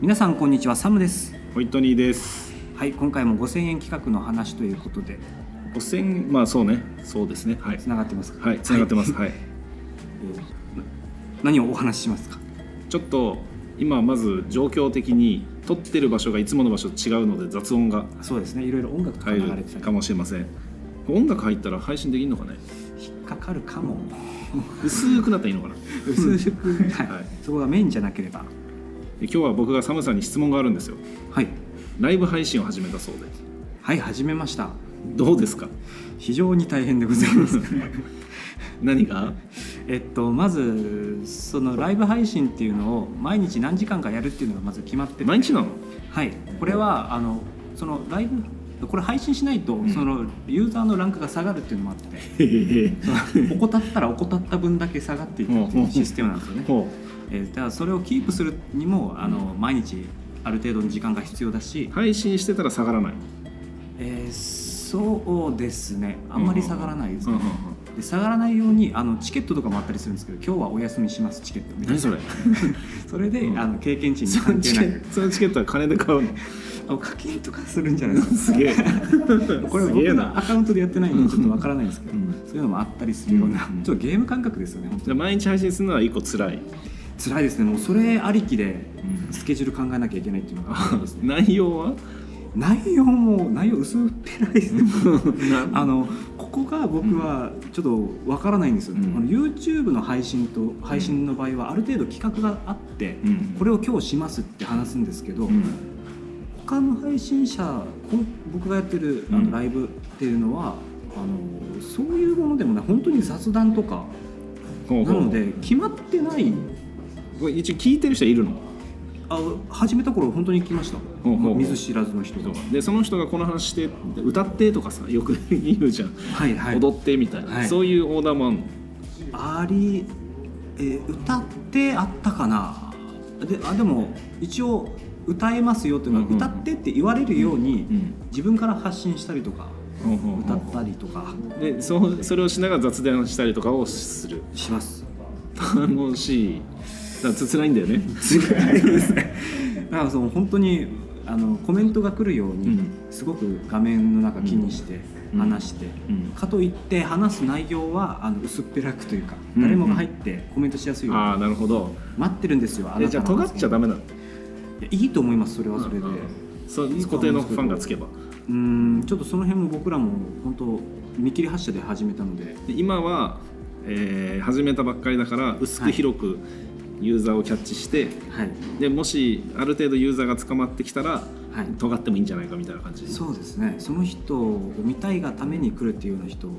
皆さんこんにちはサムですホイットニーですはい今回も5000円企画の話ということで五千まあそうねそうですねはいつながってますかはい繋がってますはい、えーな何をお話ししますかちょっと今まず状況的に撮ってる場所がいつもの場所と違うので雑音がそうですねいろいろ音楽とか入流れるてたかりもしれません音楽入ったら配信できるのかね引っかかるかも 薄くなったらいいのかな薄く、はいはいそこがメインじゃなければで今日は僕がサムさんに質問があるんですよはいライブ配信を始めたそうではい始めましたどうですか非常に大変でございます何が えっとまずそのライブ配信っていうのを毎日何時間かやるっていうのがまず決まってて毎日な のはい、これはあのそのライブこれ配信しないと、んそのユーザーのランクが下がるっていうのもあってへへへその 怠ったら怠った分だけ下がっていくっていうシステムなんですよね、ほえーだからそれをキープするにもあの毎日ある程度の時間が必要だしう、配信してたら下がらないえーそうですねあんまり下がらないですうんねうんうんで下がらないようにあのチケットとかもあったりするんですけど今日はお休みしますチケットみたい何なそれそれで、うんあの経験値にその関チ係ケなッくトそのチケットは金で買うのあの課金とかするんじゃないですか すげえこれす僕げえのなアカウントでやってないんでちょっとわからないんですけど、うんそういうのもあったりするような、うんちょっとゲーム感覚ですよね本当じゃあ毎日配信するのは一個辛い、に辛いですねもうそれありきでスケジュール考えなきゃいけないっていうのが多いですね内容は内容も内容薄っぺらいですねな あのここが僕はちょっとわからないんですよ、ねうんあの YouTube の配信と配信の場合はある程度企画があって、うんこれを今日しますって話すんですけど、うん他の配信者こん僕がやってるあうのんライブっていうのは、あのそういうものでもない本当に雑談とかほうなほうので決まってないこれ一応聞いてる人いるのあ始めた頃本当に来ましたほうほうほう見ず知らずの人がでその人がこの話して歌ってとかさよく言うじゃん、はいはい踊ってみたいな、はいそういうオーダーもあんのあり、えー歌ってあったかなであでも一応歌えますよっていうのは、うんうんうん歌ってって言われるように、うん自分から発信したりとかほうほう歌ほうったりとかでそうそれをしながら雑談したりとかをするし ます楽しい雑辛いんだよねだからその本当にあのコメントが来るように、うんすごく画面の中気にして、うん話して、うんかといって話す内容はあの薄っぺらくというか、うん誰もが入ってコメントしやすいように、 ああなるほど待ってるんですよあえなじたゃあの尖っちゃダメなのいやいいと思いますそれはそれで、うんうんそう固定のファンがつけばうんちょっとその辺も僕らも本当見切り発車で始めたのでで今は、えー始めたばっかりだから薄く広くユーザーをキャッチして、はい、でもしある程度ユーザーが捕まってきたらはい、尖ってもいいんじゃないかみたいな感じそうですねその人を見たいがために来るっていうような人う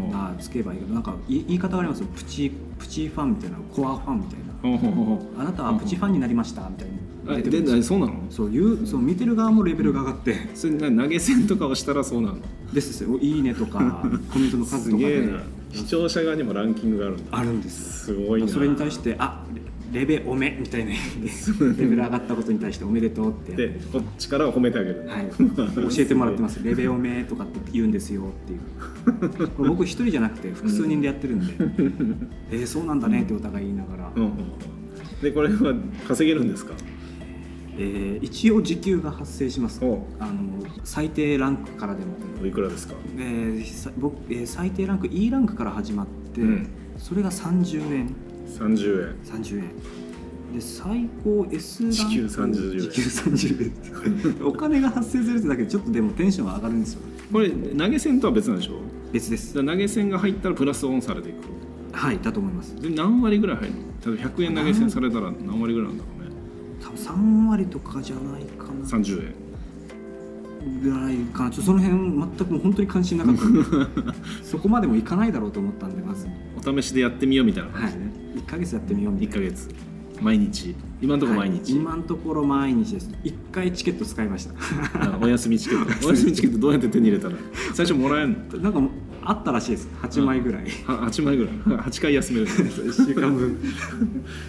んがつけばいいけどなんかい言い方がありますよプチプチファンみたいなコアファンみたいなほうほうほうほあなたはプチファンになりましたみたいなうあ出てくでるんですよなそうなのそういうそう見てる側もレベルが上がって それな投げ銭とかをしたらそうなのですよいいねと かコメントの数すとかげえでな視聴者側にもランキングがあるんだあるんですすごいなそれに対してあレベおめみたいなレベル上がったことに対しておめでとうってやってでこっちからは褒めてあげる、はい、 教えてもらってます「レベオメ」とかって言うんですよっていうこれ僕一人じゃなくて複数人でやってる んで「えーそうなんだね」ってお互い言いながら、うんうんでこれは稼げるんですかえー一応時給が発生しますおあの最低ランクからでも、おいくらですかえーさ僕えー最低ランク E ランクから始まって、うんそれが30円30円30円で最高 S ランク時給30円時給30円です お金が発生するってだけでちょっとでもテンションは上がるんですよこれ投げ銭とは別なんでしょ別ですじゃあ投げ銭が入ったらプラスオンされていくはいだと思いますで何割ぐらい入るの例えば100円投げ銭されたら何割ぐらいなんだろうね多分3割とかじゃないかな30円ぐらいかなちょっとその辺全くもう本当に関心なかったんで そこまでもいかないだろうと思ったんでまず、お試しでやってみようみたいなは感いじね、、 1か月やってみようみ一1たかいな月毎日今のところ毎日、はい今のところ毎日です1回チケット使いました あお休みチケットお休みチケットどうやって手に入れたら最初もらえるのなんかもうあったらしいです8枚ぐらい、は8枚ぐらい8回休める1週間分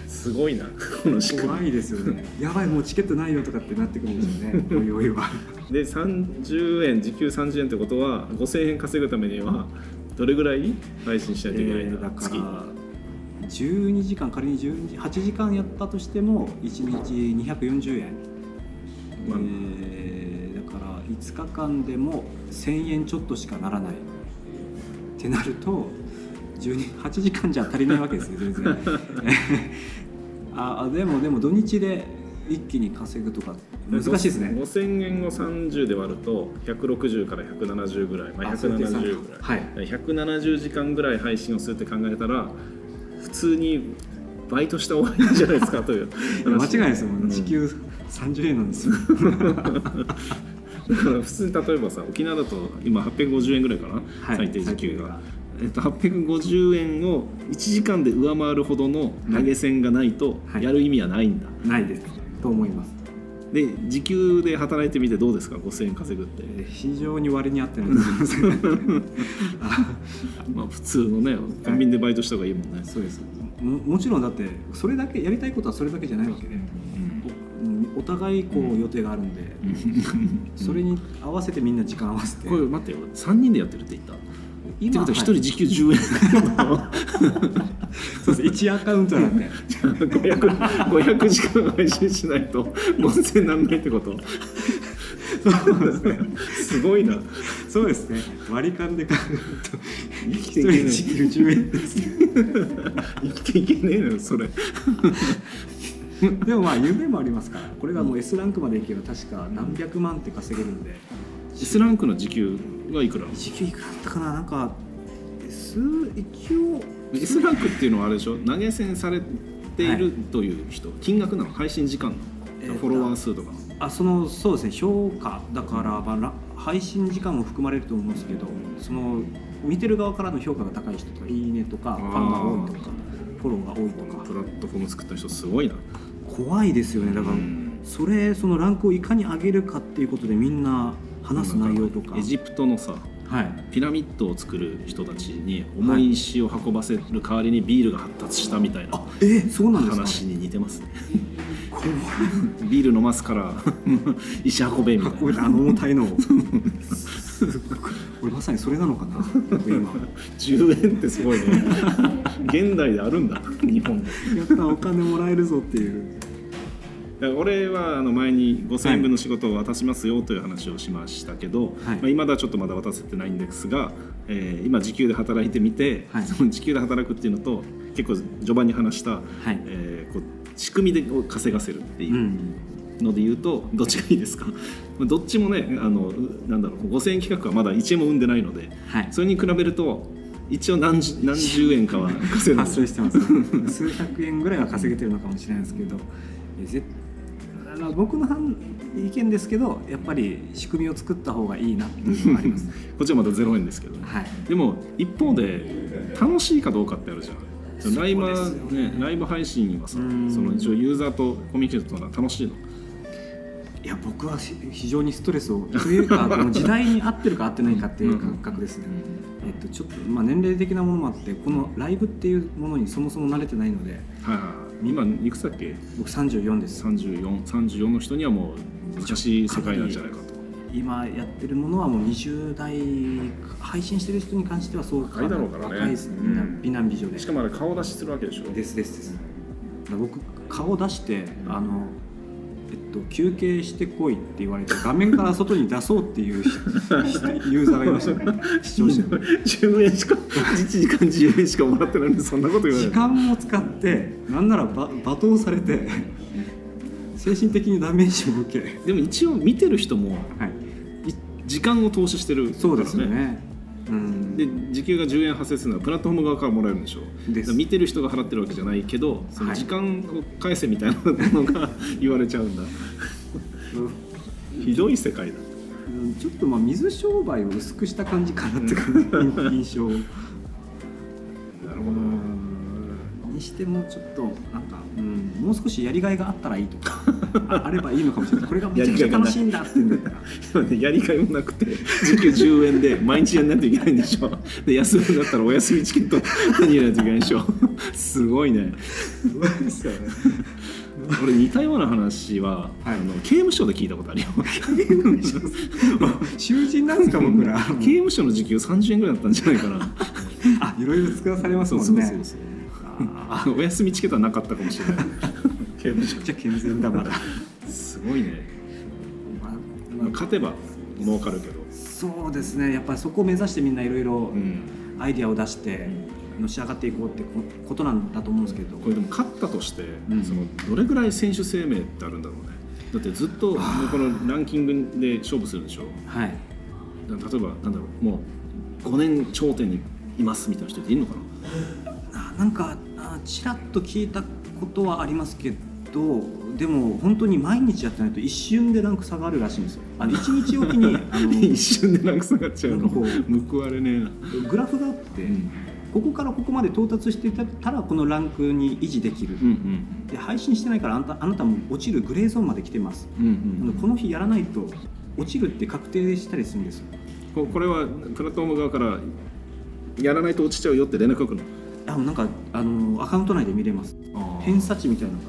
すごいなこの仕組怖みいですよ ねやばいもうチケットないよとかってなってくるんですよねおいおいはで30円時給30円ってことは5000円稼ぐためにはどれぐらい配信しないといけないんだ、えーだから月12時間仮に12時8時間やったとしても1日240円、まあえーだから5日間でも1000円ちょっとしかならないってなると12 8時間じゃ足りないわけ ですよ全然ああでもでも土日で一気に稼ぐとか難しいです ね5000円を30で割ると160から170ぐらい、まあ、あそういう計算170ぐらいはい170時間ぐらい配信をするって考えたら普通にバイトした方がいいんじゃないですかという いや間違いないですもん、うん地球30円なんですよ だから普通に例えばさ沖縄だと今850円ぐらいかな、はい最低時給が、えっと、850円を1時間で上回るほどの投げ銭がないとはいやる意味はないんだ、ないですと思いますで時給で働いてみてどうですか5000円稼ぐって、えー非常に割に合ってないと思います まあ、普通のねコンビニでバイトした方がいいもんね、そうですももちろんだってそれだけやりたいことはそれだけじゃないわけで、おお互いこう予定があるんで、それに合わせてみんな時間合わせて、これ待ってよ3人でやってるって言ったって今ことは1人はい時給10円 そうです1アカウントなんで 500, 500時間配信しないと5000円なんないってことすごいなそうですね割り勘で考えるときていけない1人時給10円です生きていけねえのよそれ でもまあ夢もありますからこれがもう S ランクまでいけば確か何百万って稼げるんで S ランクの時給はいくら時給いくらだったかななんか S 一応 S ランクっていうのはあれでしょ投げ銭されているという人、金額なの配信時間えなーのとフォロワー数とかあそのそうですね評価だから、まあら、配信時間も含まれると思うんですけどその見てる側からの評価が高い人とかいいねとかあフーァンが多いとかフォローが多いとプかラットフォーム作った人すごいな怖いですよねだから、うんそれそのランクをいかに上げるかっていうことでみんな話す内容とかエジプトのさはいピラミッドを作る人たちに重い石を運ばせる代わりにビールが発達したみたいなあえー、そうなんです話に似てますねかビール飲ますから石運べみたかいっこ ないいあの重たいの をすっごい 俺まさにそれなのかな今10円ってすごいね現代であるんだ日本でやったお金もらえるぞっていうだから俺はあの前に5000円分の仕事を渡しますよという話をしましたけど、はいまあ、今だちょっとまだ渡せてないんですが、えー今時給で働いてみて、 はいその時給で働くっていうのと結構序盤に話した、はいえーこう仕組みでこう稼がせるっていううんので言うと、どっちがいいですか まあどっちもねあのなんだろう5000円企画はまだ1円も生んでないのではいそれに比べると一応何十何十円かは稼いでる発生してます、ね、数百円ぐらいは稼げてるのかもしれないですけどえぜあの僕の反意見ですけどやっぱり仕組みを作った方がいいなっていうのはあり ます こっちはまだ0円ですけどね。はいでも一方で楽しいかどうかってあるじゃんそうですよライブはねライブ配信はさうそんの一応ユーザーとコミュニケーション取るのは楽しいのいや僕はし非常にストレスをというかこの時代に合ってるか合ってないかっていう感覚ですね、えっと、ちょっと、まあ、年齢的なものもあってこのライブっていうものにそもそも慣れてないのではいはい今いくつだっけ僕34です3434の人にはもう難しい世界なんじゃないかと今やってるものはもう20代配信してる人に関してはそう若いだろうからね若いですねうんみんな美男美女でしかもあれ顔出しするわけでしょですですですだから僕顔出してあのえっと休憩してこいって言われて画面から外に出そうって いうユーザーがいましたね視聴者に10円しか1時間10円しかもらってないのにそんなこと言わ時ない間を使ってなんならば罵倒されて精神的にダメージを受け、でも一応見てる人もはい、い時間を投資してるそうですよからねうんで時給が10円発生するのはプラットフォーム側からもらえるんでしょでだから見てる人が払ってるわけじゃないけどそのはい時間を返せみたいなのが言われちゃうん だひどい世界だうんちょっとまあ水商売を薄くした感じかな って感じ、印象なるにしてもちょっとなんか、うん、もう少しやりがいがあったらいいとかああればいいのかもしれないこれがめちゃくちゃ楽しいんだっていうんだったらど、 ね、やりがいもなくて時給10円で毎日やんないといけないんでしょで休むんだったらお休みチケット手に入れないといけないでしょすごいね 俺似たような話は、はいあの刑務所で聞いたことあ るよ 囚人なんですか僕 ら刑務所の時給30円ぐらいだったんじゃないかな あいろいろ作らされますもんねそうああお休みチケットはなかったかもしれ ない刑務所じゃあ健全だまだ、すごいね、まあまあ、まあ勝てば儲かるけど、そうですねやっぱりそこを目指してみんないろいろうんアイディアを出してのし上がっていこうってこことなんだと思うんですけどこれでも勝ったとして、うんそのどれぐらい選手生命ってあるんだろうねだってずっともうこのランキングで勝負するんでしょはい例えばなんだろうもう5年頂点にいますみたいな人っているのかなあなんかあちらっと聞いたことはありますけどでも本当に毎日やってないと一瞬でランク下があるらしいんですよ あの一日おきにあ一の瞬でなんか下がっちゃうのなんかこ報われねえな、グラフがあって、ここからここまで到達していたらこのランクに維持できる、うんで配信してないからあんたあなたも落ちるグレーゾーンまで来てます、うんうんあうのんこの日やらないと落ちるって確定したりするんですよここれはプラットフォーム側からやらないと落ちちゃうよって連絡が来るあなんかあのアカウント内で見れますの偏差値みたいなのが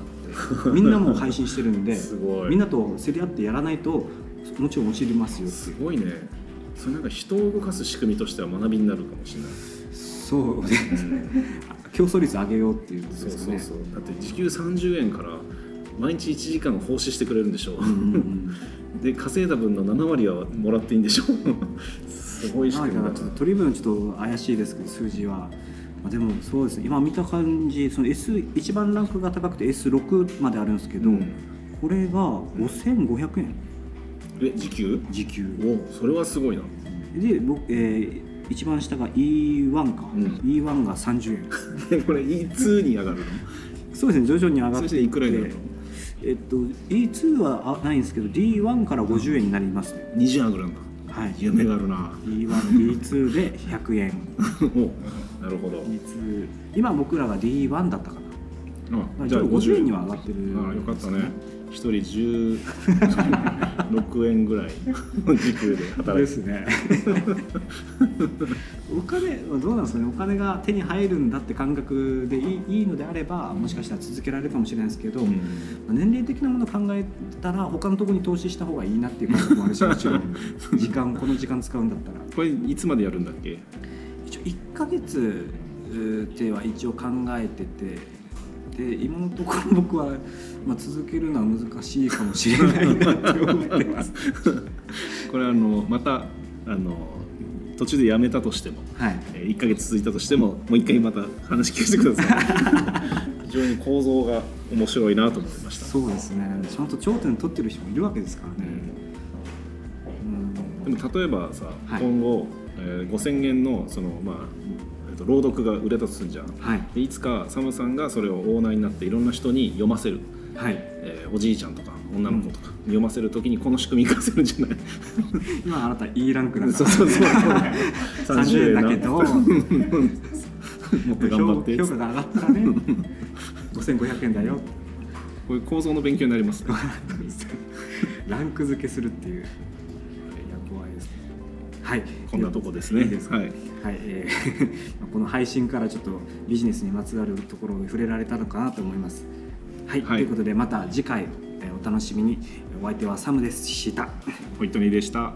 あってみんなもう配信してるんで ですごいみんなと競り合ってやらないともちろん落ちりますよすごいねそれなんか人を動かす仕組みとしては学びになるかもしれないそうね競争率上げようっていうことそうですそねうそうだって時給30円から毎日1時間奉仕してくれるんでしょうんうんうんで稼いだ分の7割はもらっていいんでしょすごい仕 まあだ組みからだちょっなと取り分ちょっと怪しいですけど数字は、まあ、でもそうですね今見た感じその S 一番ランクが高くて S6 まであるんですけど、うんこれが5500円え時給時給おそれはすごいな で僕、えー一番下が E1 か、うん E1 が30円でこれ E2 に上がるそうですね徐々に上のがってそしていくらになるのえっと E2 はあないんですけど D1 から50円になりますね、 20円上がるんだはい夢があるな D1D2 で100円おなるほど D2 今僕らが D1 だったかなまああ、じゃあ50円には上がってるああよかったね一人16円ぐらいの時給で働いて ねお金どうなんですかねお金が手に入るんだって感覚でいいいいのであればもしかしたら続けられるかもしれないですけど、うまんあ年齢的なものを考えたら他のところに投資した方がいいなっていう感覚もあるしもちろ ん時間この時間使うんだったらこれいつまでやるんだっけ 一応1ヶ月えーっては一応考えてて。で今のところ僕は、まあ、続けるのは難しいかもしれないなって思ってます。これあのまたあの途中でやめたとしてもはいえー1か月続いたとしてももう一回また話聞かせてく ださい非常に構造が面白いなと思いましたそうですねちゃんと頂点取ってる人もいるわけですからうね、んうんでも例えばさ、はい今後、えー、5000円のその、まあえっと朗読が売れたとするじゃんはいでいつかサムさんがそれをオーナーになっていろんな人に読ませる、はいえーおじいちゃんとか女の子とかに読ませるときにこの仕組み活かせるんじゃない今あなた E ランクだかそうらそう そう30円だけど もっと頑張って評価が上がったらね5500円だよこういう構造の勉強になりますねランク付けするっていういや怖いですねはいこんなとこですねいいですかはいはいえー この配信からちょっとビジネスにまつわるところに触れられたのかなと思いますはい、はいということでまた次回えーお楽しみにお相手はサムでしたホイットニーでした